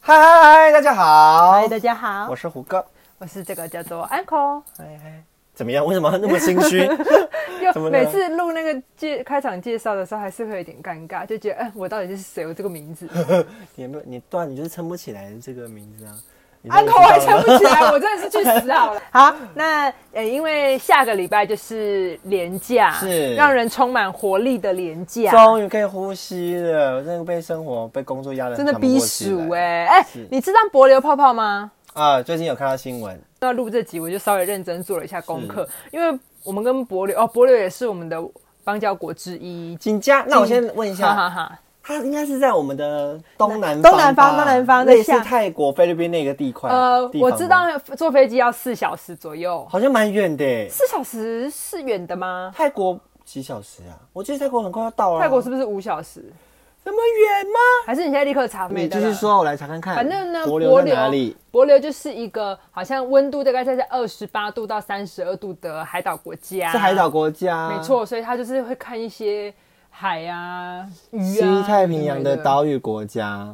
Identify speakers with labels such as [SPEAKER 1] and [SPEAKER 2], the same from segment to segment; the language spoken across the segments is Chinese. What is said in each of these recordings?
[SPEAKER 1] 嗨嗨嗨，大家
[SPEAKER 2] 嗨，
[SPEAKER 1] 好，
[SPEAKER 2] 大家好，
[SPEAKER 1] 我
[SPEAKER 2] 我
[SPEAKER 1] 是胡哥。
[SPEAKER 2] 是这个叫做 Uncle，
[SPEAKER 1] 嗨嗨，怎么样？为什么那么心 虚？怎么了
[SPEAKER 2] 又每次录那个介开场介绍的时候，还是会有点尴尬，就觉得，哎、我到底是谁？我这个名字
[SPEAKER 1] 你有没有？你断，你就是撑不起来这个名字啊。你真的
[SPEAKER 2] ，Uncle 还
[SPEAKER 1] 知道
[SPEAKER 2] 想
[SPEAKER 1] 吗
[SPEAKER 2] 不起来，我真的是去死 好了。好，那呃，因为下个礼拜就是连假，
[SPEAKER 1] 是
[SPEAKER 2] 让人充满活力的连假，
[SPEAKER 1] 终于可以呼吸了，我真的被生活、被工作压得
[SPEAKER 2] 真的
[SPEAKER 1] 喘不
[SPEAKER 2] 逼
[SPEAKER 1] 过气
[SPEAKER 2] 数
[SPEAKER 1] 来
[SPEAKER 2] 哎哎
[SPEAKER 1] 是，
[SPEAKER 2] 你知道柏流泡泡吗？
[SPEAKER 1] 啊！最近有看到新闻，
[SPEAKER 2] 要录这集，我就稍微认真做了一下功课，因为我们跟柏流哦，柏流也是我们的邦交国之一。
[SPEAKER 1] 锦佳，那我先问一
[SPEAKER 2] 哈
[SPEAKER 1] 下，
[SPEAKER 2] 哈哈，
[SPEAKER 1] 它应该是在我们的东南
[SPEAKER 2] 东南
[SPEAKER 1] 吧
[SPEAKER 2] 方东南方的
[SPEAKER 1] 类似
[SPEAKER 2] 下
[SPEAKER 1] 泰国、菲律宾那个地块。
[SPEAKER 2] 呃，
[SPEAKER 1] 地方
[SPEAKER 2] 我
[SPEAKER 1] 吗
[SPEAKER 2] 知道，坐飞机要四小时左右，
[SPEAKER 1] 好像蛮远的耶。
[SPEAKER 2] 四小时是远的吗？
[SPEAKER 1] 泰国几小时啊？我记得泰国很快要到了。
[SPEAKER 2] 泰国是不是五小时？
[SPEAKER 1] 这么远吗？
[SPEAKER 2] 还是你现在立刻查？没
[SPEAKER 1] 你
[SPEAKER 2] 的
[SPEAKER 1] 继
[SPEAKER 2] 了
[SPEAKER 1] 续，说，我来查看看。
[SPEAKER 2] 反正呢，
[SPEAKER 1] 柏
[SPEAKER 2] 柏
[SPEAKER 1] 流在
[SPEAKER 2] 流啊
[SPEAKER 1] 哪里？？
[SPEAKER 2] 柏流就是一个好像温度大概在在二十八度到三十二度的海岛国家，
[SPEAKER 1] 是海岛国家，
[SPEAKER 2] 没，错，所以他就是会看一些海啊、鱼
[SPEAKER 1] 西
[SPEAKER 2] 啊、
[SPEAKER 1] 太平洋的
[SPEAKER 2] 岛。
[SPEAKER 1] 岛屿国家。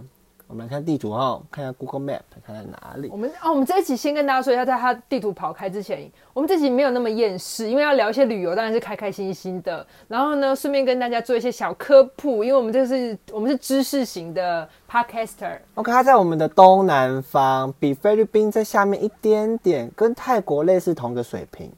[SPEAKER 1] 我们来看地图哦，看一下 Google Map，看在哪里
[SPEAKER 2] 我。们哦，我们这一集先跟大家说一下，在他地图跑开之前，我们这集没有那么厌世，因为要聊一些旅游，当然是开开心心的。然后呢，顺便跟大家做一些小科普，因为我们这是我们是知识型的 podcaster，
[SPEAKER 1] OK，它在我们的东南方，比菲律宾在下面一点点，跟泰国类似同个水 平。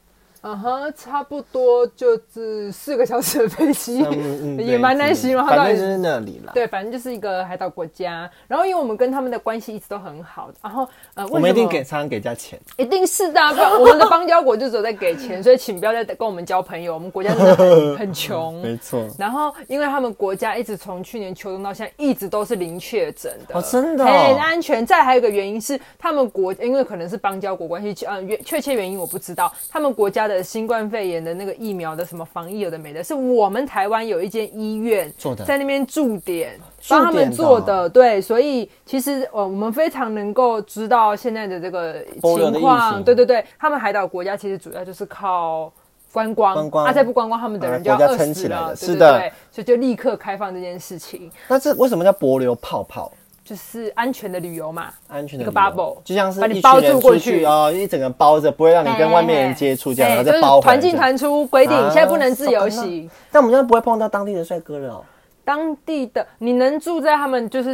[SPEAKER 2] 嗯哼，差不多就是四个小时的飞机，
[SPEAKER 1] 嗯
[SPEAKER 2] 也蛮难形容它到
[SPEAKER 1] 反
[SPEAKER 2] 底
[SPEAKER 1] 正
[SPEAKER 2] 是
[SPEAKER 1] 就是那里啦。，
[SPEAKER 2] 对，反正就是一个海岛国家。然后，因为我们跟他们的关系一直都很好，然后呃，为
[SPEAKER 1] 我们一
[SPEAKER 2] 什
[SPEAKER 1] 定
[SPEAKER 2] 么
[SPEAKER 1] 给常常给人家钱。
[SPEAKER 2] 一定是的啊、不然我们的邦交国就只有在给钱，所以请不要再跟我们交朋友，我们国家真的很 很穷。
[SPEAKER 1] 没错，
[SPEAKER 2] 然后，因为他们国家一直从去年秋冬到现在，一直都是零确诊的，
[SPEAKER 1] 哦真的哦
[SPEAKER 2] 很安全。再还有一个原因是，他们国因为可能是邦交国关系，嗯，原确切原因我不知道。他们国家的新冠肺炎的那个疫苗的什么防疫有的没的，是我们台湾有一间医院
[SPEAKER 1] 做的
[SPEAKER 2] 在那边驻点
[SPEAKER 1] 驻点的哦
[SPEAKER 2] 帮他们做的，对，所以其实呃，我们非常能够知道现在的这个
[SPEAKER 1] 波流的
[SPEAKER 2] 情
[SPEAKER 1] 疫
[SPEAKER 2] 况，
[SPEAKER 1] 情
[SPEAKER 2] 对对对，他们海岛国家其实主要就是靠。观光，
[SPEAKER 1] 观光
[SPEAKER 2] 啊，再不观光，他们的人就要
[SPEAKER 1] 把呃国
[SPEAKER 2] 饿
[SPEAKER 1] 家撑起
[SPEAKER 2] 死
[SPEAKER 1] 来
[SPEAKER 2] 了，
[SPEAKER 1] 了
[SPEAKER 2] 对
[SPEAKER 1] 是
[SPEAKER 2] 对
[SPEAKER 1] 的
[SPEAKER 2] 对所以就立刻开放这件事情，
[SPEAKER 1] 那这为什么叫柏流泡泡？
[SPEAKER 2] 就是安全的旅游嘛。
[SPEAKER 1] 安全的
[SPEAKER 2] 一个
[SPEAKER 1] 理由
[SPEAKER 2] bubble，
[SPEAKER 1] 就像是
[SPEAKER 2] 把你
[SPEAKER 1] 一群
[SPEAKER 2] 包
[SPEAKER 1] 人
[SPEAKER 2] 住过
[SPEAKER 1] 出
[SPEAKER 2] 去哎
[SPEAKER 1] 哦，一整个包着，不会让你跟外面人接触，这样然后再包
[SPEAKER 2] 就是
[SPEAKER 1] 回来
[SPEAKER 2] 团
[SPEAKER 1] 这
[SPEAKER 2] 进
[SPEAKER 1] 样。
[SPEAKER 2] 团出规定，
[SPEAKER 1] 啊
[SPEAKER 2] 哎现在不能自由行。
[SPEAKER 1] 但我们现在不会碰到当地的帅哥了哦。
[SPEAKER 2] 当地的你能住在他们就是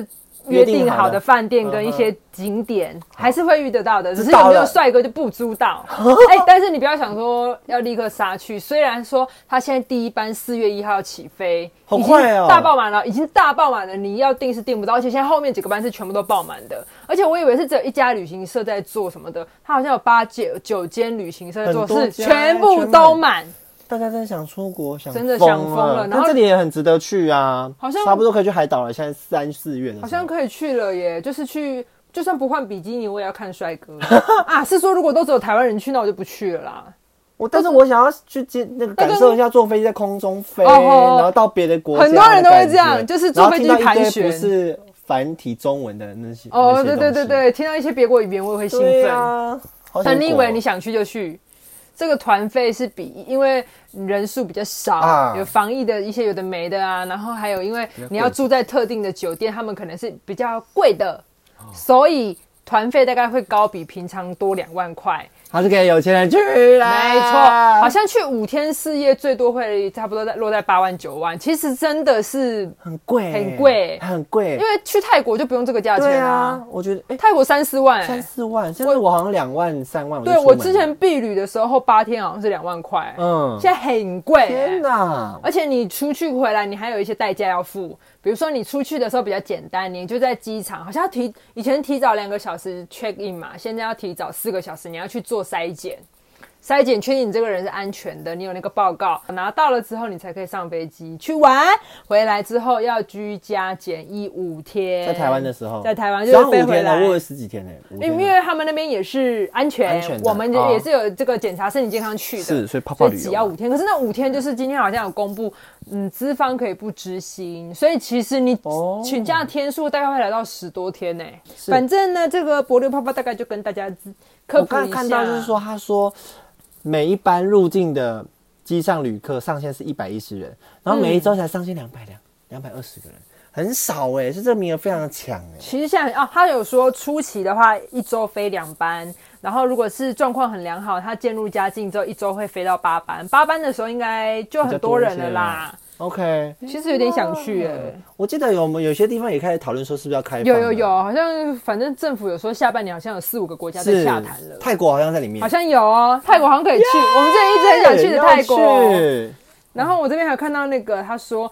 [SPEAKER 1] 约
[SPEAKER 2] 约
[SPEAKER 1] 定好的嗯
[SPEAKER 2] 定好的饭店跟一些景点，还是会遇得到的，只是
[SPEAKER 1] 知
[SPEAKER 2] 有没
[SPEAKER 1] 道了
[SPEAKER 2] 有帅哥就不知 道。哎、但是你不要想说要立刻杀去，虽然说他现在第一班四月一号起飞，
[SPEAKER 1] 好快哦
[SPEAKER 2] 已经大爆满了，已经大爆满了，你要订是订不到，而且现在后面几个班是全部都爆满的，而且我以为是只有一家旅行社在做什么的，他好像有八九九间旅行社在做，
[SPEAKER 1] 很多
[SPEAKER 2] 是
[SPEAKER 1] 家
[SPEAKER 2] 全部都满。
[SPEAKER 1] 大家真的想出国，想
[SPEAKER 2] 真的想疯了然
[SPEAKER 1] 那
[SPEAKER 2] 后
[SPEAKER 1] 这里也很值得去啊，
[SPEAKER 2] 好像
[SPEAKER 1] 差不多可以去海岛了。现在三四月的时候，
[SPEAKER 2] 好像可以去了
[SPEAKER 1] 嗯
[SPEAKER 2] 耶，就是去，就算不换比基尼，我也要看 帅哥啊。是说如果都只有台湾人去，那我就不去了啦。
[SPEAKER 1] 我，但是我想要去接那个感受一下坐飞机在空中飞，
[SPEAKER 2] 哦哦
[SPEAKER 1] 然后到别的国家的
[SPEAKER 2] 很
[SPEAKER 1] 感觉，
[SPEAKER 2] 多人都会这样就是坐飞机
[SPEAKER 1] 然后听到一堆
[SPEAKER 2] 盘旋
[SPEAKER 1] 不是繁体中文的那些
[SPEAKER 2] 哦，
[SPEAKER 1] 那些
[SPEAKER 2] 对对对
[SPEAKER 1] 东西
[SPEAKER 2] 对，听到一些别国语言我也会兴
[SPEAKER 1] 对
[SPEAKER 2] 奋。
[SPEAKER 1] 啊，好想
[SPEAKER 2] 但你以
[SPEAKER 1] 出
[SPEAKER 2] 为
[SPEAKER 1] 国
[SPEAKER 2] 你想去就去？这个团费是比因为人数比较少，
[SPEAKER 1] 啊
[SPEAKER 2] 有防疫的一些有的没的啊，然后还有因为
[SPEAKER 1] 较贵
[SPEAKER 2] 你要住在特定的酒店，他们可能是比较贵的，
[SPEAKER 1] 哦
[SPEAKER 2] 所以团费大概会高比平常多两万块。
[SPEAKER 1] 还是给有钱人去啦，
[SPEAKER 2] 没错，好像去五天四夜最多会差不多在落在八万九万，其实真的是
[SPEAKER 1] 很贵，
[SPEAKER 2] 很贵
[SPEAKER 1] 很贵，
[SPEAKER 2] 因为去泰国就不用这个价
[SPEAKER 1] 对
[SPEAKER 2] 钱
[SPEAKER 1] 啊
[SPEAKER 2] 啊，，
[SPEAKER 1] 我觉得哎，
[SPEAKER 2] 泰国三四万、
[SPEAKER 1] 三
[SPEAKER 2] 欸，
[SPEAKER 1] 四万，现在我好像两万三万，
[SPEAKER 2] 对
[SPEAKER 1] 就出
[SPEAKER 2] 我
[SPEAKER 1] 门
[SPEAKER 2] 之
[SPEAKER 1] 了
[SPEAKER 2] 前避旅的时候八天好像是两万块、
[SPEAKER 1] 嗯
[SPEAKER 2] 现在很贵、
[SPEAKER 1] 天
[SPEAKER 2] 欸。
[SPEAKER 1] 哪！
[SPEAKER 2] 而且你出去回来，你还有一些代价要付，比如说你出去的时候比较简单，你就在机场，好像要提以前提早两个小时 check in 嘛，现在要提早四个小时，你要去做筛检，筛检确定你这个人是安全的，你有那个报告拿到了之后，你才可以上飞机去玩，回来之后要居家检疫五天，
[SPEAKER 1] 在台湾的时候，
[SPEAKER 2] 在台湾
[SPEAKER 1] 只
[SPEAKER 2] 就是
[SPEAKER 1] 要五
[SPEAKER 2] 飞回
[SPEAKER 1] 天了，
[SPEAKER 2] 来哎
[SPEAKER 1] 我有十几天呢，五天
[SPEAKER 2] 因
[SPEAKER 1] 了
[SPEAKER 2] 为因为他们那边也是安全，
[SPEAKER 1] 安全的
[SPEAKER 2] 我们
[SPEAKER 1] 哦
[SPEAKER 2] 也是有这个检查身体健康去的，
[SPEAKER 1] 是所以泡泡旅游
[SPEAKER 2] 只要五天。可是那五天就是今天好像有公布，嗯，资方可以不执行，所以其实你
[SPEAKER 1] 哦
[SPEAKER 2] 请假天数大概会来到十多天呢、
[SPEAKER 1] 是
[SPEAKER 2] 反正呢，这个柏流泡泡大概就跟大家科
[SPEAKER 1] 我
[SPEAKER 2] 普
[SPEAKER 1] 刚
[SPEAKER 2] 一
[SPEAKER 1] 才
[SPEAKER 2] 下。
[SPEAKER 1] 看到就是说，他说每一班入境的
[SPEAKER 2] 嗯
[SPEAKER 1] 机上旅客上限是一百一十人，然后每一周才上限两百两两百二十个人，很少哎、是这个名额非常强哎、
[SPEAKER 2] 其实现在哦，他有说初期的话，一周飞两班，然后如果是状况很良好，他渐入佳境之后，一周会飞到八班。八班的时候应该就很多人了啦。
[SPEAKER 1] OK，
[SPEAKER 2] 其实有点想去耶、
[SPEAKER 1] 我记得有我们有些地方也开始讨论说是不是要开放，
[SPEAKER 2] 有有有，，好像反正政府有说下半年好像有四五个国家在
[SPEAKER 1] 是
[SPEAKER 2] 洽谈了，
[SPEAKER 1] 泰国好像在里面，
[SPEAKER 2] 好像有哦，泰国好像可以去。我们之前一直很想去的泰国。
[SPEAKER 1] 要去
[SPEAKER 2] 然后我这边还有看到那个，他说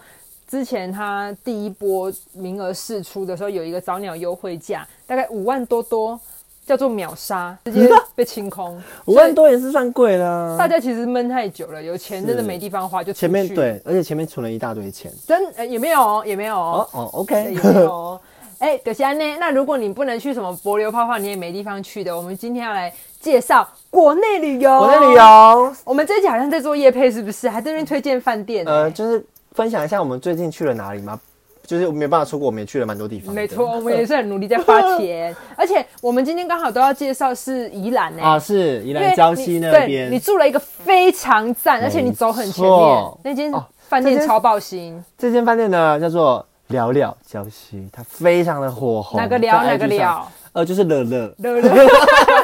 [SPEAKER 2] 之前他第一波名额试出的时候，有一个早鸟优惠价，大概五万多多，叫做秒 杀，直接被清空。
[SPEAKER 1] 五万多也是算贵啦。
[SPEAKER 2] 大家其实闷太久了，有钱真的没地方花，就出去
[SPEAKER 1] 前面对，而且前面存了一大堆钱。
[SPEAKER 2] 真、呃也没有哦，也没有
[SPEAKER 1] 哦
[SPEAKER 2] 哦，
[SPEAKER 1] 哦
[SPEAKER 2] 对
[SPEAKER 1] ，OK，
[SPEAKER 2] 也没有 哦。哎，葛西安呢？那如果你不能去什么柏流泡泡，你也没地方去的。我们今天要来介绍国内旅游，
[SPEAKER 1] 我在旅。游，
[SPEAKER 2] 我们这一集好像在做夜配，是不是？还在那边推荐饭店呢、
[SPEAKER 1] 呃，就是分享一下我们最近去了哪里吗？就是我没办法出国，我们也去了蛮多地方的。
[SPEAKER 2] 没错，我们也是很努力在花钱， 而且我们今天刚好都要介绍是宜兰呢、
[SPEAKER 1] 啊，是宜
[SPEAKER 2] 因为
[SPEAKER 1] 兰礁溪那
[SPEAKER 2] 你对你
[SPEAKER 1] 边，
[SPEAKER 2] 住了一个非常赞，而且你走很前面
[SPEAKER 1] 错
[SPEAKER 2] 那间
[SPEAKER 1] 哦
[SPEAKER 2] 饭
[SPEAKER 1] 这
[SPEAKER 2] 店
[SPEAKER 1] 间
[SPEAKER 2] 超爆星，
[SPEAKER 1] 这间饭店呢叫做聊聊礁溪，它非常的火红。
[SPEAKER 2] 哪个聊
[SPEAKER 1] 哦在
[SPEAKER 2] 哪个
[SPEAKER 1] IG 上？
[SPEAKER 2] 聊，
[SPEAKER 1] 呃，就是乐乐，
[SPEAKER 2] 乐乐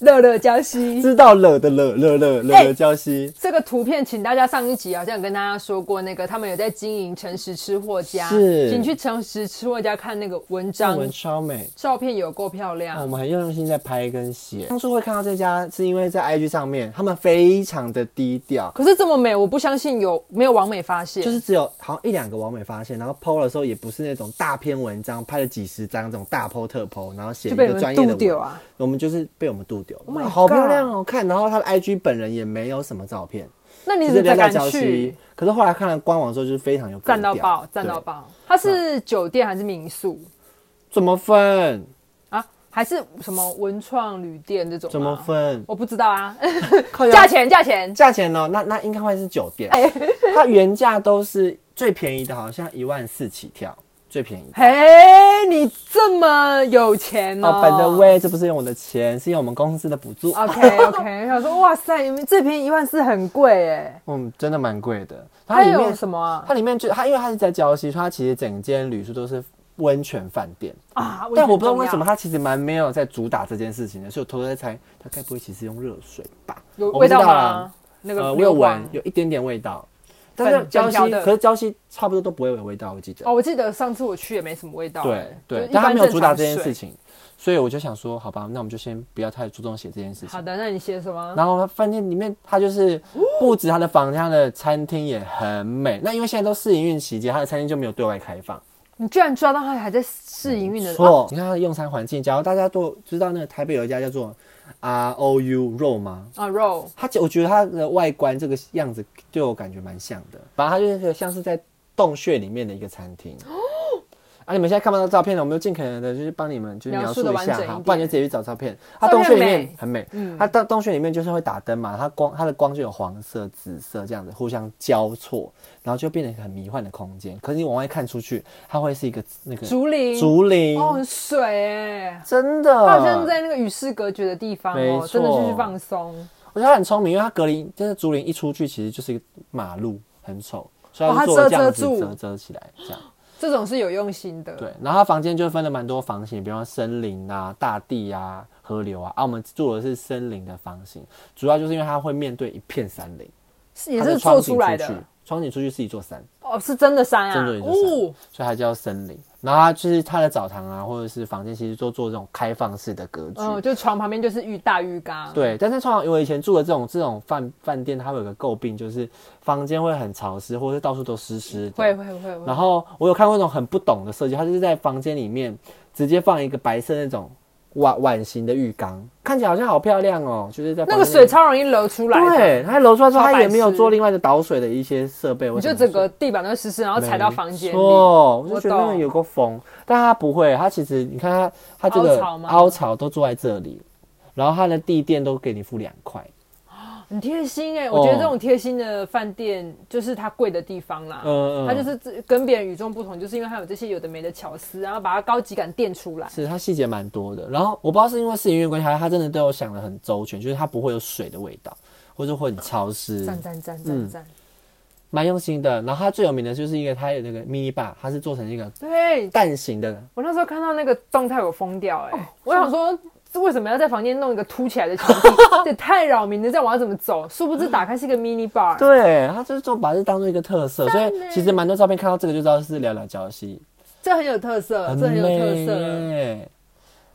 [SPEAKER 2] 乐乐江西。
[SPEAKER 1] 知道乐的乐乐乐乐
[SPEAKER 2] 哎
[SPEAKER 1] 乐礁溪。
[SPEAKER 2] 这个图片，请大家上一集好像有跟大家说过，那个他们有在经营诚实吃货家，
[SPEAKER 1] 是
[SPEAKER 2] 请去诚实吃货家看那个文
[SPEAKER 1] 中
[SPEAKER 2] 章，
[SPEAKER 1] 文嗯超美，
[SPEAKER 2] 照片有够漂亮。
[SPEAKER 1] 我们很用心在拍跟写。当初会看到这家，是因为在 IG 上面，他们非常的低调，
[SPEAKER 2] 可是这么美，我不相信有没有网美发现，
[SPEAKER 1] 就是只有好像一两个网美发现，然后 PO 的时候也不是那种大篇文章，拍了几十张这种大 PO 特 PO，然后写一
[SPEAKER 2] 就被你
[SPEAKER 1] 个
[SPEAKER 2] 们
[SPEAKER 1] 专业
[SPEAKER 2] 度
[SPEAKER 1] 的
[SPEAKER 2] 丢
[SPEAKER 1] 文，
[SPEAKER 2] 啊。
[SPEAKER 1] 我们就是被我们度丢
[SPEAKER 2] my
[SPEAKER 1] 哇好
[SPEAKER 2] God
[SPEAKER 1] 漂亮好看。然后他的 IG 本人也没有什么照片，
[SPEAKER 2] 那你
[SPEAKER 1] 就
[SPEAKER 2] 怎
[SPEAKER 1] 是
[SPEAKER 2] 么才
[SPEAKER 1] 聊到
[SPEAKER 2] 敢
[SPEAKER 1] 礁
[SPEAKER 2] 去
[SPEAKER 1] 溪？。可是后来看了官网之后，就是非常有格
[SPEAKER 2] 赞到
[SPEAKER 1] 调
[SPEAKER 2] 爆，赞到！
[SPEAKER 1] 对嗯
[SPEAKER 2] 爆！它是酒店还是民宿
[SPEAKER 1] 怎么分？
[SPEAKER 2] 啊？还是什么文创旅店这种？啊
[SPEAKER 1] 怎么？分？
[SPEAKER 2] 我不知道啊。
[SPEAKER 1] 靠腰
[SPEAKER 2] 价钱，价钱，
[SPEAKER 1] 价钱哦呢？那那应该会是酒店，
[SPEAKER 2] 哎
[SPEAKER 1] 它原价都是最便宜的，好像一万四起跳，最便 宜。
[SPEAKER 2] 嘿，你这么有钱哦
[SPEAKER 1] 哦，本的位这不是用我的钱，是用我们公司的补助。
[SPEAKER 2] OK OK，想说哇塞，你们这便宜一万四很贵哎。
[SPEAKER 1] 嗯，真的蛮贵的。它
[SPEAKER 2] 它
[SPEAKER 1] 里
[SPEAKER 2] 有
[SPEAKER 1] 面
[SPEAKER 2] 什么啊？
[SPEAKER 1] 它里面就它因为它是在礁溪，所以它其实整间旅宿都是温泉饭店。
[SPEAKER 2] 啊，
[SPEAKER 1] 但我不知道为什么
[SPEAKER 2] 它
[SPEAKER 1] 它其实蛮没有在主打这件事情的，所以我偷偷在猜，它该不会其实用热水吧？
[SPEAKER 2] 有
[SPEAKER 1] 我不
[SPEAKER 2] 味道
[SPEAKER 1] 知道啦
[SPEAKER 2] 吗？那
[SPEAKER 1] 呃，
[SPEAKER 2] 个
[SPEAKER 1] 我有
[SPEAKER 2] 硫
[SPEAKER 1] 闻
[SPEAKER 2] 磺，
[SPEAKER 1] 有一点点味道，但是
[SPEAKER 2] 粉粉
[SPEAKER 1] 礁
[SPEAKER 2] 条
[SPEAKER 1] 溪
[SPEAKER 2] 的
[SPEAKER 1] 可是礁溪差不多都不会有味道，我记得。
[SPEAKER 2] 哦，我记得上次我去也没什么味道。
[SPEAKER 1] 对
[SPEAKER 2] 就
[SPEAKER 1] 对
[SPEAKER 2] 一，
[SPEAKER 1] 但他
[SPEAKER 2] 般
[SPEAKER 1] 没有
[SPEAKER 2] 正
[SPEAKER 1] 主打
[SPEAKER 2] 常
[SPEAKER 1] 这件
[SPEAKER 2] 水
[SPEAKER 1] 事。情，所以我就想说，好吧，那我们就先不要太注重写这件事
[SPEAKER 2] 好
[SPEAKER 1] 情。
[SPEAKER 2] 的，那你写什么？
[SPEAKER 1] 然后呢饭店里面，它就是不止它的房间，它的餐厅也很美。那因为现在都试营运期间，它的餐厅就没有对外开放。
[SPEAKER 2] 你居然抓到他还在试营运的啊
[SPEAKER 1] 错，你看它的用餐环境，假如大家都知道那个台北有一家叫做 R O U 肉吗？
[SPEAKER 2] 啊肉。
[SPEAKER 1] 它我觉得它的外观这个样子对我感觉蛮像的，反正它就是一个像是在洞穴里面的一个餐厅。啊，你们现在看不到照片了，我们就尽可能的就是帮你们就是
[SPEAKER 2] 哦描
[SPEAKER 1] 描
[SPEAKER 2] 述
[SPEAKER 1] 述
[SPEAKER 2] 得
[SPEAKER 1] 一下
[SPEAKER 2] 完整一
[SPEAKER 1] 哈，
[SPEAKER 2] 点
[SPEAKER 1] 不然就直接去找照片。它
[SPEAKER 2] 照
[SPEAKER 1] 洞
[SPEAKER 2] 片
[SPEAKER 1] 穴里
[SPEAKER 2] 美
[SPEAKER 1] 面很美，
[SPEAKER 2] 嗯
[SPEAKER 1] 它洞洞穴里面就是会打灯嘛，它光它的光就有黄色、紫色这样子互相交错，然后就变成一个很迷幻的空间。可是你往外看出去，它会是一个那个
[SPEAKER 2] 竹林，
[SPEAKER 1] 竹林，
[SPEAKER 2] 哦，很水哎、
[SPEAKER 1] 真的，
[SPEAKER 2] 它好像在那个与世隔绝的地方
[SPEAKER 1] 没
[SPEAKER 2] 哦，
[SPEAKER 1] 错
[SPEAKER 2] 真的就是放松。
[SPEAKER 1] 我觉得他很聪明，因为他隔离就是竹林一出去，其实就是一个马路，很丑，所以
[SPEAKER 2] 哦
[SPEAKER 1] 他
[SPEAKER 2] 它
[SPEAKER 1] 就做了这样
[SPEAKER 2] 遮遮
[SPEAKER 1] 子
[SPEAKER 2] 住
[SPEAKER 1] 遮遮起来，这样。
[SPEAKER 2] 这种是有用心的。
[SPEAKER 1] 对，然后他房间就分了蛮多房型，比方说森林啊、大地啊、河流啊，啊，我们住的是森林的房型，主要就是因为它会面对一片山林，
[SPEAKER 2] 是，也
[SPEAKER 1] 它
[SPEAKER 2] 是
[SPEAKER 1] 的窗
[SPEAKER 2] 做
[SPEAKER 1] 景
[SPEAKER 2] 出来
[SPEAKER 1] 出
[SPEAKER 2] 的
[SPEAKER 1] 去。窗景出去是一座山，
[SPEAKER 2] 哦，是真的山啊，
[SPEAKER 1] 真的有一座山，所以它叫森林。然后它就是它的澡堂啊，或者是房间，其实都做这种开放式的格局，
[SPEAKER 2] 嗯，就床旁边就是浴大浴缸，，
[SPEAKER 1] 对，但是通常我以前住的这种这种饭饭店，它会有个诟病，就是房间会很潮湿，或者是到处都湿湿的。
[SPEAKER 2] 会。会会会
[SPEAKER 1] 然，后我有看过那种很不懂的设计，它就是在房间里面直接放一个白色那种碗碗形的浴缸，看起来好像好漂亮哦，就是在
[SPEAKER 2] 那
[SPEAKER 1] 房
[SPEAKER 2] 个
[SPEAKER 1] 间
[SPEAKER 2] 水
[SPEAKER 1] 里
[SPEAKER 2] 超容易流出来的，
[SPEAKER 1] 对，它楼出来之后，
[SPEAKER 2] 超
[SPEAKER 1] 它
[SPEAKER 2] 白
[SPEAKER 1] 也没有
[SPEAKER 2] 痴
[SPEAKER 1] 做另外的导水的一些设备，
[SPEAKER 2] 你
[SPEAKER 1] 我
[SPEAKER 2] 就整个地板都湿湿，然后踩到房间里，
[SPEAKER 1] 哦，我
[SPEAKER 2] 我
[SPEAKER 1] 就觉得那个
[SPEAKER 2] 懂
[SPEAKER 1] 有个风，但它不会，它其实你看它它这
[SPEAKER 2] 凹
[SPEAKER 1] 个
[SPEAKER 2] 槽吗
[SPEAKER 1] 凹槽都坐在这里，然后它的地垫都给你付两块。
[SPEAKER 2] 很贴心哎。我觉
[SPEAKER 1] 哦
[SPEAKER 2] 得这种贴心的饭店就是它贵的地方啦，
[SPEAKER 1] 嗯嗯
[SPEAKER 2] 它就是自跟别人与众不同，就是因为它有这些有的没的巧思，然后把它高级感垫出来。
[SPEAKER 1] 是它细节蛮多的。然后我不知道是因为是音乐关系，还是它真的对我想的很周全，就是它不会有水的味道，或者会很潮湿。
[SPEAKER 2] 赞赞赞赞赞！
[SPEAKER 1] 蛮用心的。然后它最有名的就是一个，它有那个 mini bar，它是做成一个
[SPEAKER 2] 对
[SPEAKER 1] 蛋形的，
[SPEAKER 2] 我那时候看到那个动态，我疯掉
[SPEAKER 1] 哦
[SPEAKER 2] 哎、我想说。这为什么要在房间弄一个凸起来的墙 壁？这也太扰民了！这样我要怎么走？殊不知打开是一个 mini bar。
[SPEAKER 1] 对，它就是做把这当做一个特色，所
[SPEAKER 2] 赞呢
[SPEAKER 1] 以其实蛮多照片看到这个就知道是聊聊礁溪，
[SPEAKER 2] 这很有特色，哦这很有特色。
[SPEAKER 1] 耶。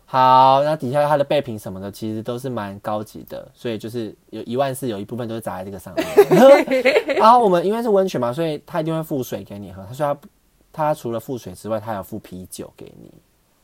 [SPEAKER 1] 好，那底下它的备品什么的，其实都是蛮高级的，所以就是有一万四，有一部分都是砸在这个上面。 然后我们因为是温泉嘛，所以他一定会付水给你喝。他说他他除了付水之外，他还有付啤酒给你，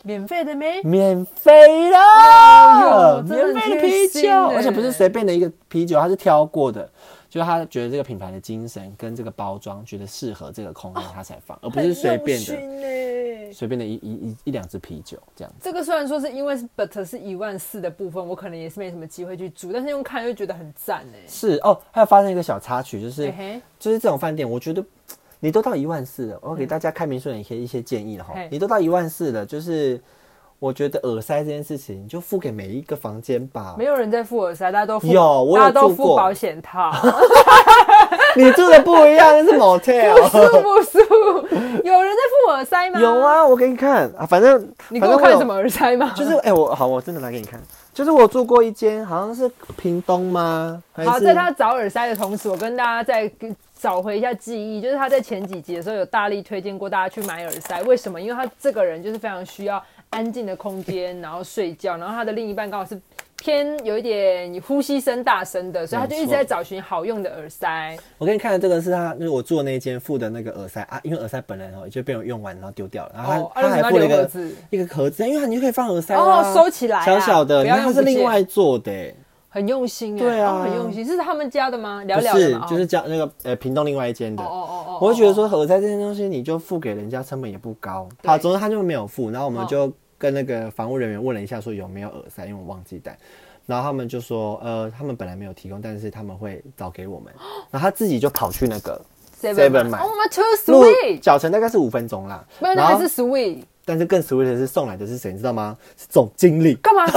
[SPEAKER 2] 免费的咩？
[SPEAKER 1] 免费的，
[SPEAKER 2] 哦哟真
[SPEAKER 1] 免
[SPEAKER 2] 的
[SPEAKER 1] 费的
[SPEAKER 2] 很贴
[SPEAKER 1] 啤
[SPEAKER 2] 心
[SPEAKER 1] 酒，
[SPEAKER 2] 欸
[SPEAKER 1] 而且不是随便的一个啤酒，它是挑过的，就是他觉得这个品牌的精神跟这个包装，觉得适合这个空间，他才放，而不是随便
[SPEAKER 2] 哦很
[SPEAKER 1] 的
[SPEAKER 2] 用欸心欸
[SPEAKER 1] 随便的一一一一两支啤酒这样子。
[SPEAKER 2] 这个虽然说是因为是 but 是一万四的部分，我可能也是没什么机会去住，但是用看就觉得很赞哎、
[SPEAKER 1] 是哦，还有发生一个小插曲，就是、
[SPEAKER 2] 嘿嘿
[SPEAKER 1] 就是这种饭店，我觉得你都到一万四了，我给大家开民宿的一些一些建议了哈
[SPEAKER 2] 嗯嘿。
[SPEAKER 1] 你都到一万四了，就是我觉得耳塞这件事情，你就付给每一个房间吧
[SPEAKER 2] 没。有人在付耳塞，大家都付，
[SPEAKER 1] 有我有
[SPEAKER 2] 大家都
[SPEAKER 1] 住
[SPEAKER 2] 付
[SPEAKER 1] 过
[SPEAKER 2] 保险 套，
[SPEAKER 1] 你住的不一样，那是 motel。
[SPEAKER 2] 舒 不啊舒服？有人在付耳塞吗？
[SPEAKER 1] 哦有，啊，我给你看啊，反正
[SPEAKER 2] 你给
[SPEAKER 1] 反
[SPEAKER 2] 我
[SPEAKER 1] 正
[SPEAKER 2] 看
[SPEAKER 1] 有
[SPEAKER 2] 什么耳塞吗？
[SPEAKER 1] 就是哎、我好，我真的拿给你看。就是我住过一间，好像是屏东吗？还
[SPEAKER 2] 好，
[SPEAKER 1] 是
[SPEAKER 2] 在他找耳塞的同时，我跟大家再跟找回一下记忆，就是他在前几集的时候有大力推荐过大家去买耳塞，为什么？因为他这个人就是非常需要安静的空间，然后睡觉，然后他的另一半刚好是偏有一点呼吸声大声的，所以他就一直在找寻好用的耳塞。
[SPEAKER 1] 我给你看的这个是他，就是我住的那一间付的那个耳塞啊，因为耳塞本来哦就被我用完然后丢掉了，然后
[SPEAKER 2] 哦
[SPEAKER 1] 他、
[SPEAKER 2] 啊为
[SPEAKER 1] 他
[SPEAKER 2] 什么
[SPEAKER 1] 还
[SPEAKER 2] 要
[SPEAKER 1] 付了一
[SPEAKER 2] 留盒
[SPEAKER 1] 个
[SPEAKER 2] 子
[SPEAKER 1] 一个盒子，因为你就可以放耳塞
[SPEAKER 2] 哦
[SPEAKER 1] 啦
[SPEAKER 2] 收起来啦
[SPEAKER 1] 小小的，
[SPEAKER 2] 不要
[SPEAKER 1] 然后它是
[SPEAKER 2] 用不见
[SPEAKER 1] 另外做的、欸
[SPEAKER 2] 哦很用心哎、
[SPEAKER 1] 对啊
[SPEAKER 2] 哦很用心，这是他们家的吗？聊
[SPEAKER 1] 不
[SPEAKER 2] 聊的
[SPEAKER 1] 是
[SPEAKER 2] 吗？
[SPEAKER 1] 就是叫那个呃屏东另外一间的。
[SPEAKER 2] 哦哦哦哦哦哦，
[SPEAKER 1] 我会觉得说耳塞这件东西，你就付给人家成本也不高。
[SPEAKER 2] 对
[SPEAKER 1] 好，总之他就没有付，然后我们
[SPEAKER 2] 哦
[SPEAKER 1] 就跟那个房务人员问了一下，说有没有耳塞，因为我忘记带。然后他们就说，呃，他们本来没有提供，但是他们会找给我们。 然后他自己就跑去那个
[SPEAKER 2] seven
[SPEAKER 1] Seven 买
[SPEAKER 2] 哦，那 too
[SPEAKER 1] 路
[SPEAKER 2] sweet，
[SPEAKER 1] 脚程大概是五分钟啦。
[SPEAKER 2] 没有那
[SPEAKER 1] 然后
[SPEAKER 2] 还是 sweet，
[SPEAKER 1] 但是更 sweet 的是送来的是谁，你知道吗？是总经理。
[SPEAKER 2] 干嘛？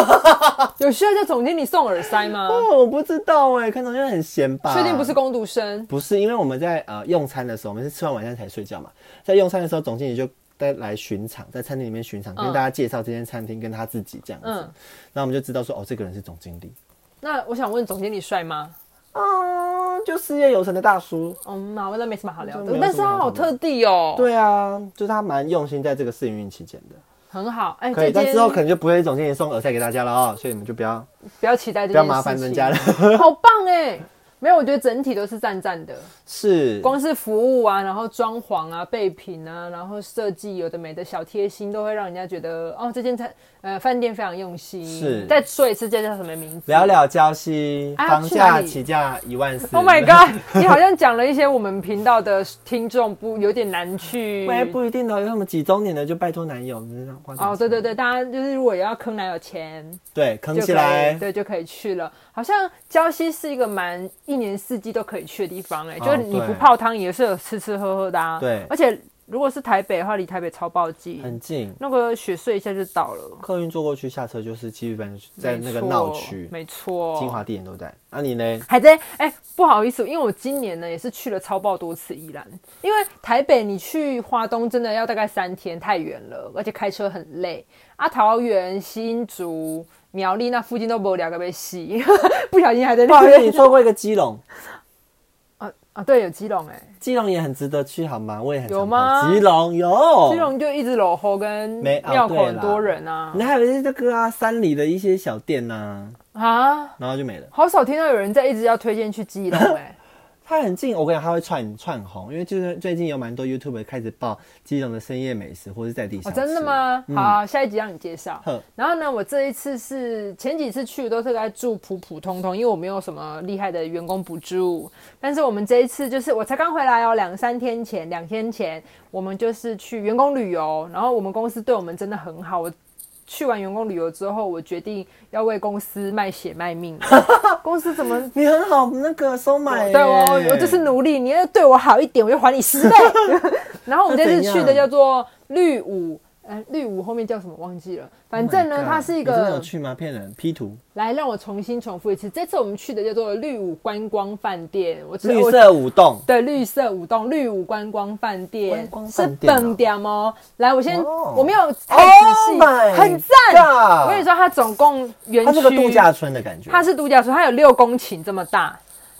[SPEAKER 2] 有需要叫总经理送耳塞吗？
[SPEAKER 1] 哦，我不知道哎，看总经理很闲 吧？
[SPEAKER 2] 确定不是？工读生？
[SPEAKER 1] 不是，因为我们在呃用餐的时候，我们是吃完晚餐才睡觉嘛，在用餐的时候，总经理就。带来巡场，在餐厅里面巡场，跟
[SPEAKER 2] 嗯
[SPEAKER 1] 大家介绍这间餐厅，跟他自己这样子，
[SPEAKER 2] 嗯
[SPEAKER 1] 那我们就知道说，哦，这个人是总经理，
[SPEAKER 2] 那我想问总经理帅吗？
[SPEAKER 1] 哦，就事业有成的大叔，
[SPEAKER 2] 嗯，那那没什么好聊
[SPEAKER 1] 真的没
[SPEAKER 2] 的，
[SPEAKER 1] 有
[SPEAKER 2] 但是
[SPEAKER 1] 什么
[SPEAKER 2] 他
[SPEAKER 1] 好
[SPEAKER 2] 好特地哦，，
[SPEAKER 1] 对啊，就是他蛮用心在这个试营运期间的，
[SPEAKER 2] 很好。哎，
[SPEAKER 1] 可以，
[SPEAKER 2] 这
[SPEAKER 1] 但
[SPEAKER 2] 间
[SPEAKER 1] 之后可能就不会总经理送耳塞给大家了哦，所以你们就不要
[SPEAKER 2] 不要期待
[SPEAKER 1] 不
[SPEAKER 2] 这件
[SPEAKER 1] 要
[SPEAKER 2] 事情，
[SPEAKER 1] 麻烦人家了，
[SPEAKER 2] 好棒哎。没有，我觉得整体都是赞赞的，
[SPEAKER 1] 是，
[SPEAKER 2] 光是服务啊，然后装潢啊、备品啊，然后设计有的没的小贴心，都会让人家觉得哦，这间餐呃饭店非常用心。
[SPEAKER 1] 是
[SPEAKER 2] 再说一次，这叫什么名字？
[SPEAKER 1] 聊聊礁溪，
[SPEAKER 2] 啊
[SPEAKER 1] 房
[SPEAKER 2] 去哪
[SPEAKER 1] 价
[SPEAKER 2] 里
[SPEAKER 1] 起价一万四。
[SPEAKER 2] Oh my god！你好像讲了一些我们频道的听众不有点难去
[SPEAKER 1] 喂，不一定哦，因为我们几周年了，就拜托男友，你知道花多少
[SPEAKER 2] 哦，对对
[SPEAKER 1] 钱
[SPEAKER 2] 对，大家就是如果要坑男友钱，
[SPEAKER 1] 对，坑
[SPEAKER 2] 就可
[SPEAKER 1] 起
[SPEAKER 2] 以
[SPEAKER 1] 来，
[SPEAKER 2] 对，就可以去了。好像礁溪是一个蛮一年四季都可以去的地方、哎、
[SPEAKER 1] 哦
[SPEAKER 2] 就是你不泡汤也是有吃吃喝喝的、啊。
[SPEAKER 1] 对
[SPEAKER 2] 而且如果是台北的话，离台北超暴季，
[SPEAKER 1] 很近，
[SPEAKER 2] 那个雪睡一下就到了。
[SPEAKER 1] 客运坐过去，下车就是基本在那个
[SPEAKER 2] 没错
[SPEAKER 1] 闹区，
[SPEAKER 2] 没错，
[SPEAKER 1] 金华地点都在。那、你呢？
[SPEAKER 2] 还在哎、不好意思，因为我今年呢也是去了超爆多次宜兰，因为台北你去花东真的要大概三天，太远了，而且开车很累。啊，桃园、新竹、苗栗那附近都没有两个被吸， 不小心还在
[SPEAKER 1] 不好意
[SPEAKER 2] 那
[SPEAKER 1] 思，你
[SPEAKER 2] 边。
[SPEAKER 1] 错过一个基隆，
[SPEAKER 2] 啊啊，对，有基隆哎、
[SPEAKER 1] 基隆也很值得去，好吗？我也很
[SPEAKER 2] 有
[SPEAKER 1] 常
[SPEAKER 2] 吗
[SPEAKER 1] 跑基隆有，
[SPEAKER 2] 基隆就一直搂吼跟
[SPEAKER 1] 哦没啊
[SPEAKER 2] 庙口
[SPEAKER 1] 对
[SPEAKER 2] 很
[SPEAKER 1] 啦
[SPEAKER 2] 多人啊
[SPEAKER 1] 你还有一些这个啊，山里的一些小店呐、
[SPEAKER 2] 啊，
[SPEAKER 1] 然后就没了。
[SPEAKER 2] 好少听到有人在一直要推荐去基隆哎、
[SPEAKER 1] 它很近，我跟你讲，它会串串红，因为就是最近有蛮多 YouTube 开始报基隆的深夜美食或是在地小
[SPEAKER 2] 哦，
[SPEAKER 1] 吃、
[SPEAKER 2] 真的？吗？好、下一集让你介绍
[SPEAKER 1] 呵。
[SPEAKER 2] 然后呢，我这一次是前几次去都是在住普普通通，因为我没有什么厉害的员工补助。但是我们这一次就是我才刚回来哦，两三天前，两天前我们就是去员工旅游，然后我们公司对我们真的很好。我去完员工旅游之后，我决定要为公司卖血卖命。公司怎么
[SPEAKER 1] 你很好，那个收买耶。
[SPEAKER 2] 对我，我就是奴隶， 你要对我好一点，我就还你十倍。然后我们这次去的叫做绿舞呃，绿舞后面叫什么忘记了，反正呢，
[SPEAKER 1] Oh my god，
[SPEAKER 2] 它是一
[SPEAKER 1] 你真的有
[SPEAKER 2] 个
[SPEAKER 1] 去吗？骗人，P 图，
[SPEAKER 2] 来让我重新重复一次，这次我们去的叫做绿舞观光饭店，我知道
[SPEAKER 1] 绿
[SPEAKER 2] 我
[SPEAKER 1] 色舞动，
[SPEAKER 2] 对，绿色舞动绿舞观光饭
[SPEAKER 1] 观
[SPEAKER 2] 店
[SPEAKER 1] 光
[SPEAKER 2] 是
[SPEAKER 1] 饭店啊
[SPEAKER 2] 本点哦。来，我先
[SPEAKER 1] 哦
[SPEAKER 2] 我没有太仔细
[SPEAKER 1] Oh my
[SPEAKER 2] 很赞。
[SPEAKER 1] God
[SPEAKER 2] 我跟你说，它总共园
[SPEAKER 1] 它是个
[SPEAKER 2] 区
[SPEAKER 1] 度假村的感觉，
[SPEAKER 2] 它是度假村，它有六公顷这么大。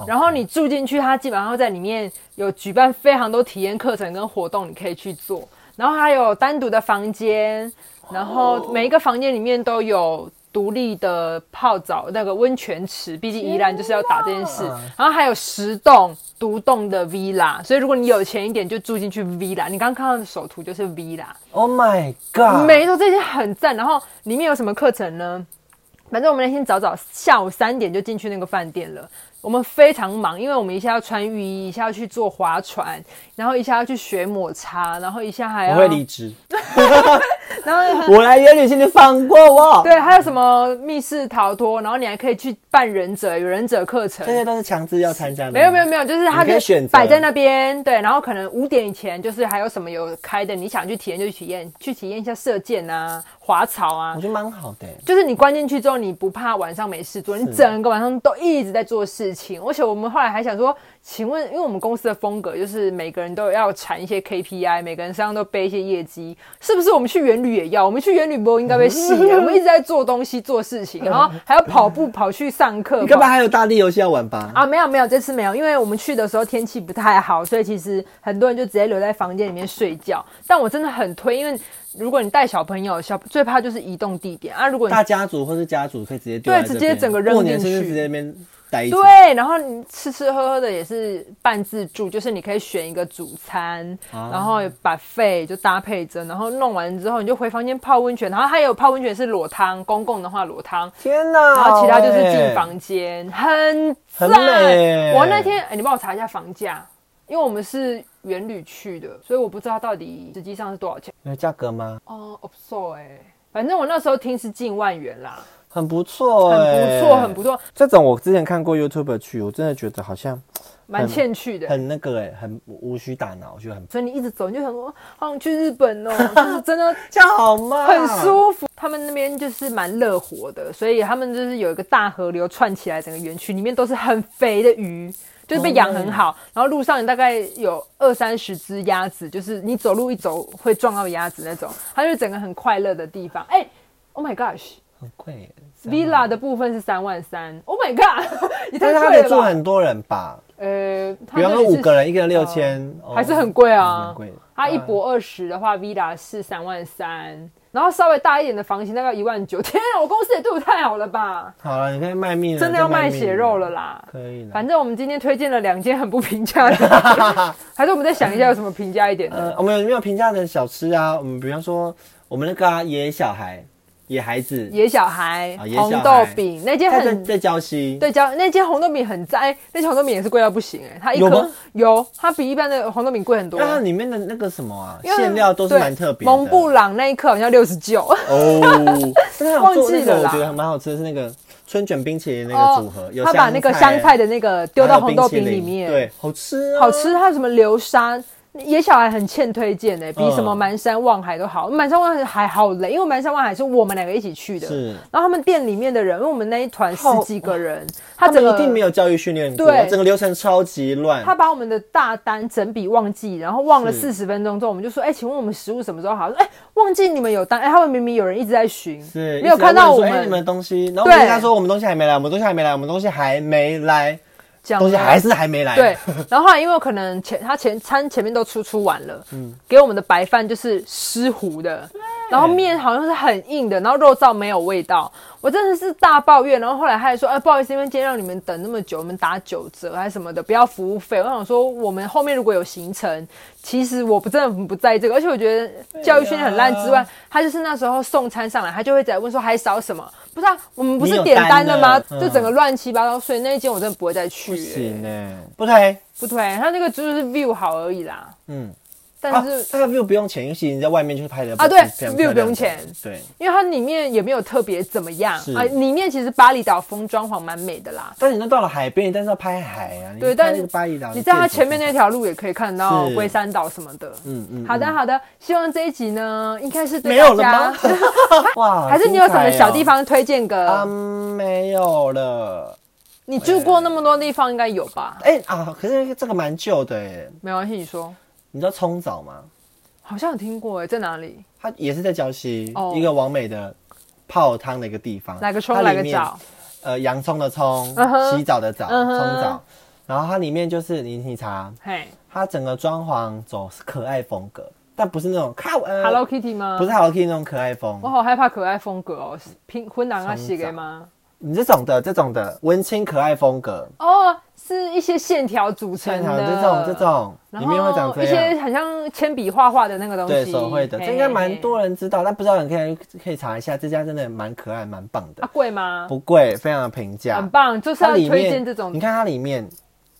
[SPEAKER 2] 然后你住进去，它基本上在里面有举办非常多体验课程跟活动，你可以去做。然后还有单独的房间，然后每一个房间里面都有独立的泡澡那个温泉池，毕竟宜兰就是要打这件事。然后还有十栋独栋的 villa，所以如果你有钱一点，就住进去 villa。你刚刚看到的首图就是 villa。
[SPEAKER 1] Oh my God，
[SPEAKER 2] 没错，这些很赞。然后里面有什么课程呢？反正我们那天早早下午三点就进去那个饭店了。我们非常忙，因为我们一下要穿浴衣，一下要去坐划船，然后一下要去学抹茶，然后一下还
[SPEAKER 1] 我
[SPEAKER 2] 要，
[SPEAKER 1] 会离职，
[SPEAKER 2] 然后
[SPEAKER 1] 我来约旅行，你放过我。
[SPEAKER 2] 对，还有什么密室逃脱，然后你还可以去扮忍者，有忍者课程
[SPEAKER 1] 这。些都是强制要参加的。
[SPEAKER 2] 没有没有，没有，就是它
[SPEAKER 1] 你可以
[SPEAKER 2] 就
[SPEAKER 1] 选择
[SPEAKER 2] 摆在那边，对，然后可能五点以前就是还有什么有开的，你想去体验就去体验，去体验一下射箭啊、滑草啊
[SPEAKER 1] 我，觉得蛮好的欸。
[SPEAKER 2] 就是你关进去之后，你不怕晚上没事做，你整个晚上都一直在做事情。而且我们后来还想说，请问，因为我们公司的风格就是每个人都要产一些 KPI，每个人身上都背一些业绩，是不是？我们去园旅也要，我们去园旅不应该被戏耶， 我们一直在做东西、做事情，然后还要跑步跑去上课。
[SPEAKER 1] 你干嘛
[SPEAKER 2] 跑
[SPEAKER 1] 还有大地游戏要玩吧？
[SPEAKER 2] 啊，没有没有，这次没有，因为我们去的时候天气不太好，所以其实很多人就直接留在房间里面睡觉。但我真的很推，因为如果你带小朋友，小最怕就是移动地点啊。如果你
[SPEAKER 1] 大家族或是家族可以直接丢
[SPEAKER 2] 对
[SPEAKER 1] 在这
[SPEAKER 2] 直接
[SPEAKER 1] 边
[SPEAKER 2] 整个扔
[SPEAKER 1] 过年
[SPEAKER 2] 进
[SPEAKER 1] 甚至
[SPEAKER 2] 去
[SPEAKER 1] 直接那边待一起。
[SPEAKER 2] 对，然后你吃吃喝喝的也是半自助，就是你可以选一个主餐，
[SPEAKER 1] 啊
[SPEAKER 2] 然后把费就搭配着，然后弄完之后你就回房间泡温泉，然后还有泡温泉是裸汤，公共的话裸汤。
[SPEAKER 1] 天哪！
[SPEAKER 2] 然后其他就是
[SPEAKER 1] 哎
[SPEAKER 2] 进房间，很赞
[SPEAKER 1] 很美。
[SPEAKER 2] 我那天，哎、你帮我查一下房价，因为我们是原旅去的，所以我不知道到底实际上是多少钱。
[SPEAKER 1] 有价格吗？
[SPEAKER 2] 哦、不错哎，反正我那时候听是近万元啦，
[SPEAKER 1] 很不错，欸
[SPEAKER 2] 很不错，很不
[SPEAKER 1] 错。
[SPEAKER 2] 错，
[SPEAKER 1] 这种我之前看过 YouTube 去，我真的觉得好像
[SPEAKER 2] 蛮
[SPEAKER 1] 很
[SPEAKER 2] 欠去的。
[SPEAKER 1] 很那个哎，很无需大脑，我觉得很
[SPEAKER 2] 所以你一直走，你就想说，好想去日 本哦，就是真的
[SPEAKER 1] 这样好吗？
[SPEAKER 2] 很舒服。他们那边就是蛮乐活的，所以他们就是有一个大河流串起来整个园区，里面都是很肥的鱼，就是被养很
[SPEAKER 1] 哦
[SPEAKER 2] 好。然后路上大概有二三十只鸭子，就是你走路一走会撞到鸭子那种，它就是整个很快乐的地方。哎、o h my gosh，villa
[SPEAKER 1] 很贵。
[SPEAKER 2] 的部分是三万三，Oh my god，也
[SPEAKER 1] 但
[SPEAKER 2] 太
[SPEAKER 1] 是他
[SPEAKER 2] 贵
[SPEAKER 1] 得
[SPEAKER 2] 了
[SPEAKER 1] 住
[SPEAKER 2] 吧？
[SPEAKER 1] 很多人吧？
[SPEAKER 2] 呃，它
[SPEAKER 1] 比方说
[SPEAKER 2] 那里是
[SPEAKER 1] 五个人，一个人六千，哦
[SPEAKER 2] 还是很贵
[SPEAKER 1] 还是
[SPEAKER 2] 啊
[SPEAKER 1] 很贵。
[SPEAKER 2] 它一博二十的话，Villa 是三万三，然后稍微大一点的房型大概一万九。 天啊，我公司也对我太好了吧？
[SPEAKER 1] 好了，你可以卖命了，
[SPEAKER 2] 真的要卖
[SPEAKER 1] 啊命
[SPEAKER 2] 血肉了，啦！
[SPEAKER 1] 可以了
[SPEAKER 2] 反。正我们今天推荐了两间很不平价的， 还是我们再想一下有什么平价一点的。
[SPEAKER 1] 呃，我们有没有评价的小吃啊？我们比方说，我们那个啊野小孩、野孩子，
[SPEAKER 2] 野小孩
[SPEAKER 1] 啊野小
[SPEAKER 2] 红
[SPEAKER 1] 孩
[SPEAKER 2] 豆饼那间
[SPEAKER 1] 他在
[SPEAKER 2] 很
[SPEAKER 1] 在礁溪，
[SPEAKER 2] 对，叫那间红豆饼很赞，哎那间红豆饼也是贵到不行哎，它一
[SPEAKER 1] 有
[SPEAKER 2] 颗
[SPEAKER 1] 吗
[SPEAKER 2] 有，它比一般的红豆饼贵很多
[SPEAKER 1] 那。它里面的那个什么啊，
[SPEAKER 2] 因为
[SPEAKER 1] 馅料都是
[SPEAKER 2] 对
[SPEAKER 1] 蛮特别的。
[SPEAKER 2] 蒙布朗那一颗好像六十九，
[SPEAKER 1] 哦，但是它有做那
[SPEAKER 2] 忘记了
[SPEAKER 1] 个我
[SPEAKER 2] 啦
[SPEAKER 1] 觉得蛮好吃的是那个春卷冰淇淋那个组合，有
[SPEAKER 2] 哦他把那个香菜的那个丢
[SPEAKER 1] 还有
[SPEAKER 2] 到红豆
[SPEAKER 1] 冰
[SPEAKER 2] 饼
[SPEAKER 1] 淇
[SPEAKER 2] 里
[SPEAKER 1] 淋
[SPEAKER 2] 面，
[SPEAKER 1] 对，好吃啊，
[SPEAKER 2] 好吃。还有什么流沙？野小孩很欠推荐呢、欸比
[SPEAKER 1] 嗯
[SPEAKER 2] 什么满山望海都好。满山望海还好累，因为满山望海是我们两个一起去的。
[SPEAKER 1] 是，
[SPEAKER 2] 然后他们店里面的人，因为我们那一团十
[SPEAKER 1] 好
[SPEAKER 2] 几个人，
[SPEAKER 1] 他
[SPEAKER 2] 他整
[SPEAKER 1] 们
[SPEAKER 2] 个
[SPEAKER 1] 一定没有教育训练过
[SPEAKER 2] 对，
[SPEAKER 1] 整个流程超级乱。
[SPEAKER 2] 他把我们的大单整笔忘记，然后忘了四
[SPEAKER 1] 是
[SPEAKER 2] 十分钟之后，我们就说：“哎、请问我们食物什么时候好？”哎、忘记你们有单。哎、他们明明有人一直在巡，
[SPEAKER 1] 是
[SPEAKER 2] 没有
[SPEAKER 1] 一直在
[SPEAKER 2] 看到
[SPEAKER 1] 问
[SPEAKER 2] 我
[SPEAKER 1] 说
[SPEAKER 2] 们
[SPEAKER 1] 哎你们的东西，然后我们
[SPEAKER 2] 对
[SPEAKER 1] 跟他说我们东西还没来，我们东西还没来，我们东西还没来，
[SPEAKER 2] 讲
[SPEAKER 1] 东西
[SPEAKER 2] 了
[SPEAKER 1] 还是还没来。
[SPEAKER 2] 对，然后后来因为可能前他前餐前面都出出完了，
[SPEAKER 1] 嗯
[SPEAKER 2] 给我们的白饭就是湿糊的，然后面好像是很硬的，然后肉燥没有味道，我真的是大抱怨。然后后来他还说，哎，不好意思，因为今天让你们等那么久，我们打九折还是什么的，不要服务费。我想说，我们后面如果有行程，其实我不真的不在意这个，而且我觉得教育训练很烂之外，
[SPEAKER 1] 啊
[SPEAKER 2] 他就是那时候送餐上来，他就会在问说还少什么。不是啊，我们不
[SPEAKER 1] 你
[SPEAKER 2] 是
[SPEAKER 1] 有
[SPEAKER 2] 点
[SPEAKER 1] 单
[SPEAKER 2] 单了
[SPEAKER 1] 了
[SPEAKER 2] 吗？
[SPEAKER 1] 嗯
[SPEAKER 2] 就整个乱七八糟，所以那一间我真的不会再去、
[SPEAKER 1] 不
[SPEAKER 2] 欸
[SPEAKER 1] 行哎，不推。
[SPEAKER 2] 不推，它那个就是 view 好而已啦。
[SPEAKER 1] 嗯，
[SPEAKER 2] 但是、
[SPEAKER 1] 啊、那个 view 不用钱，因为其实你在外面就是拍的
[SPEAKER 2] 啊对
[SPEAKER 1] 非常漂
[SPEAKER 2] view
[SPEAKER 1] 亮的
[SPEAKER 2] 不用钱
[SPEAKER 1] 对。
[SPEAKER 2] 因为它里面也没有特别怎么样
[SPEAKER 1] 是
[SPEAKER 2] 啊，里面其实巴厘岛风装潢蛮美的啦。
[SPEAKER 1] 但你都到了海边，但是要拍海啊，你
[SPEAKER 2] 对
[SPEAKER 1] 拍
[SPEAKER 2] 但
[SPEAKER 1] 那个巴厘岛，
[SPEAKER 2] 你在它
[SPEAKER 1] 见
[SPEAKER 2] 前
[SPEAKER 1] 什么
[SPEAKER 2] 面那条路也可以看到
[SPEAKER 1] 是
[SPEAKER 2] 龟山岛什么的。
[SPEAKER 1] 嗯嗯，
[SPEAKER 2] 好的
[SPEAKER 1] 嗯
[SPEAKER 2] 好的，希望这一集呢，应该是对
[SPEAKER 1] 没有
[SPEAKER 2] 大
[SPEAKER 1] 了
[SPEAKER 2] 家
[SPEAKER 1] 吗，？哇，
[SPEAKER 2] 还是你有什么小地
[SPEAKER 1] 精彩哦？
[SPEAKER 2] 方推荐
[SPEAKER 1] 啊，
[SPEAKER 2] 个？
[SPEAKER 1] 没有了。
[SPEAKER 2] 你住过那么多地方，应该有吧？
[SPEAKER 1] 哎、啊，可是这个蛮旧的哎，
[SPEAKER 2] 没关系，你说，
[SPEAKER 1] 你知道冲澡吗？
[SPEAKER 2] 好像有听过哎，在哪里？
[SPEAKER 1] 它也是在礁溪、
[SPEAKER 2] 哦
[SPEAKER 1] 一个完美的泡汤的一个地方，
[SPEAKER 2] 来个冲，
[SPEAKER 1] 它
[SPEAKER 2] 来
[SPEAKER 1] 里
[SPEAKER 2] 个
[SPEAKER 1] 面
[SPEAKER 2] 澡，
[SPEAKER 1] 呃，洋葱的葱
[SPEAKER 2] 嗯哼
[SPEAKER 1] 洗澡的澡，
[SPEAKER 2] 嗯
[SPEAKER 1] 冲
[SPEAKER 2] 哼
[SPEAKER 1] 澡。然后它里面就是你你查，
[SPEAKER 2] 嘿
[SPEAKER 1] 它整个装潢走可爱风格，但不是那种靠呃
[SPEAKER 2] ，Hello Kitty 吗？
[SPEAKER 1] 不是 Hello Kitty 那种可爱风
[SPEAKER 2] 我。好害怕可爱风格哦，拼婚囊啊，写给吗？
[SPEAKER 1] 你这种的这种的文青可爱风格，
[SPEAKER 2] 哦，是一些线条组成
[SPEAKER 1] 擅长
[SPEAKER 2] 的，
[SPEAKER 1] 这种这种，
[SPEAKER 2] 然
[SPEAKER 1] 里
[SPEAKER 2] 后
[SPEAKER 1] 面会长这
[SPEAKER 2] 一些
[SPEAKER 1] 样。
[SPEAKER 2] 很像铅笔画画的那个东
[SPEAKER 1] 对
[SPEAKER 2] 西，
[SPEAKER 1] 手绘的，
[SPEAKER 2] 嘿
[SPEAKER 1] 这应该蛮。多人知道，但不知道你可以可以查一下，这家真的蛮可爱，蛮棒
[SPEAKER 2] 啊，
[SPEAKER 1] 的，
[SPEAKER 2] 贵吗？
[SPEAKER 1] 不贵，非常的平价
[SPEAKER 2] 很。棒，就是
[SPEAKER 1] 它
[SPEAKER 2] 要
[SPEAKER 1] 里
[SPEAKER 2] 推
[SPEAKER 1] 面
[SPEAKER 2] 荐这种
[SPEAKER 1] 你。看它里面，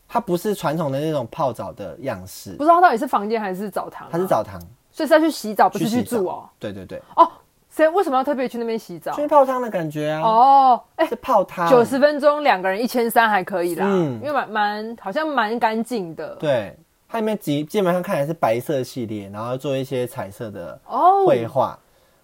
[SPEAKER 1] 它不是传统的那种泡澡的样式
[SPEAKER 2] 不，知道它到底是房间还是澡堂啊、
[SPEAKER 1] 它是澡堂，
[SPEAKER 2] 所以是要去洗澡，不是
[SPEAKER 1] 去
[SPEAKER 2] 去
[SPEAKER 1] 洗澡
[SPEAKER 2] 住哦。
[SPEAKER 1] 对对对，
[SPEAKER 2] 哦，所以为什么要特别去那边洗澡
[SPEAKER 1] 就？是泡汤的感觉啊，
[SPEAKER 2] 哦，哎、
[SPEAKER 1] 是泡汤，
[SPEAKER 2] 九十分钟两个人一千三还可以啦，
[SPEAKER 1] 嗯
[SPEAKER 2] 因为蛮蛮好像蛮干净的。，
[SPEAKER 1] 对，它里面基基本上看起来是白色系列，然后做一些彩色的
[SPEAKER 2] 哦，
[SPEAKER 1] 绘画，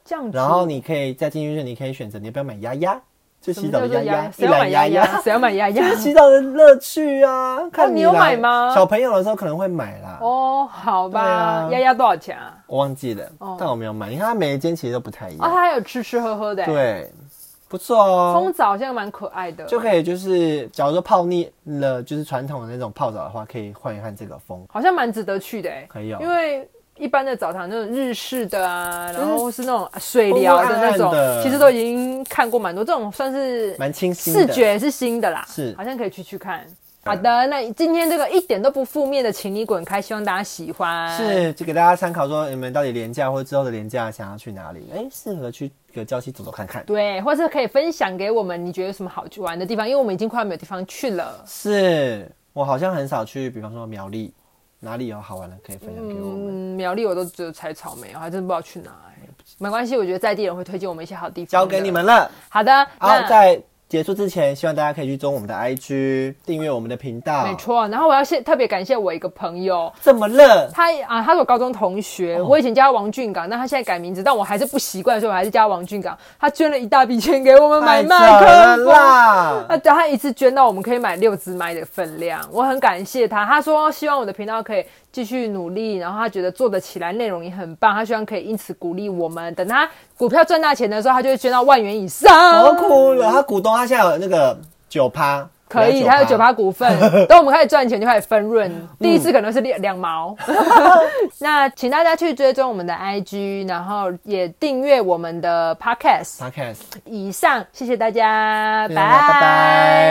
[SPEAKER 2] 这样子。
[SPEAKER 1] 然后你可以再进去，你可以选择你要不要买鸭鸭，就
[SPEAKER 2] 什
[SPEAKER 1] 洗
[SPEAKER 2] 么
[SPEAKER 1] 澡
[SPEAKER 2] 叫
[SPEAKER 1] 的
[SPEAKER 2] 做
[SPEAKER 1] 鸭
[SPEAKER 2] 鸭？
[SPEAKER 1] 鸭，一
[SPEAKER 2] 谁要
[SPEAKER 1] 篮
[SPEAKER 2] 买
[SPEAKER 1] 鸭
[SPEAKER 2] 鸭鸭？
[SPEAKER 1] 鸭，
[SPEAKER 2] 谁要买鸭 鸭
[SPEAKER 1] 这？是洗澡的乐趣啊！看
[SPEAKER 2] 啊你有
[SPEAKER 1] 啦
[SPEAKER 2] 买吗
[SPEAKER 1] 小朋友的时候可能会买啦，
[SPEAKER 2] 哦，好吧，
[SPEAKER 1] 对啊
[SPEAKER 2] 鸭鸭、多少钱啊？
[SPEAKER 1] 我忘记了
[SPEAKER 2] 哦，
[SPEAKER 1] 但我没有买。你看它每一间其实都不太一
[SPEAKER 2] 哦，
[SPEAKER 1] 样，
[SPEAKER 2] 它还有吃吃喝喝的、欸，，
[SPEAKER 1] 对，不错哦
[SPEAKER 2] 冲。澡好像蛮可爱的。
[SPEAKER 1] 就可以就是，假如说泡腻了，就是传统的那种泡澡的话，可以换一换这个风，
[SPEAKER 2] 好像蛮值得去的哎、
[SPEAKER 1] 可以哦
[SPEAKER 2] 因为一般的澡堂那种日式的啊，然后是那种水疗的那
[SPEAKER 1] 昏
[SPEAKER 2] 种，
[SPEAKER 1] 昏暗暗的
[SPEAKER 2] 其实都已经看过蛮多，这种算是
[SPEAKER 1] 蛮清新的。
[SPEAKER 2] 视觉是新的啦，
[SPEAKER 1] 是嗯
[SPEAKER 2] 好像可以去去看。好的，那今天这个一点都不负面的，请你滚开，希望大家喜欢。，
[SPEAKER 1] 是，就给大家参考说，你们到底廉价或之后的廉价想要去哪里？哎、适合去个郊区走走看看。
[SPEAKER 2] 对，或是可以分享给我们，你觉得有什么好去玩的地方？因为我们已经快要没有地方去了。
[SPEAKER 1] 是我好像很少去，比方说苗栗，哪里有好玩的可以分享给我们？
[SPEAKER 2] 嗯，苗栗我都只有采草莓，我还真不知道去哪、欸。没关系，我觉得在地人会推荐我们一些好地方。
[SPEAKER 1] 交给你。们了。
[SPEAKER 2] 好的，
[SPEAKER 1] 好
[SPEAKER 2] 那，
[SPEAKER 1] 在结束之前，希望大家可以去追我们的 IG，订阅我们的频道。
[SPEAKER 2] 没，错，然后我要谢特别感谢我一个朋友，
[SPEAKER 1] 这么热，
[SPEAKER 2] 他啊，他是我高中同学，
[SPEAKER 1] 哦
[SPEAKER 2] 我以前叫他王俊港，但他现在改名字，但我还是不习惯，所以我还是叫他王俊港。他捐了一大笔钱给我们买
[SPEAKER 1] 太
[SPEAKER 2] 麦
[SPEAKER 1] 扯了
[SPEAKER 2] 克风。
[SPEAKER 1] 啦！
[SPEAKER 2] 那他一次捐到我们可以买六支麦的分量，我很感谢他。他说希望我的频道可以继续努力，然后他觉得做得起来，内容也很棒，他希望可以因此鼓励我们。等他股票赚大钱的时候，他就会捐到万元以
[SPEAKER 1] 我
[SPEAKER 2] 上。
[SPEAKER 1] 哭了，他股东他现在有那个九趴，
[SPEAKER 2] 可以，他有九，趴股份。等我们开始赚钱，就开始分润。第一次可能是两两毛。那请大家去追踪我们的 IG，然后也订阅我们的 Podcast。
[SPEAKER 1] Podcast，
[SPEAKER 2] 以上，谢谢大家，
[SPEAKER 1] 谢谢大家拜拜。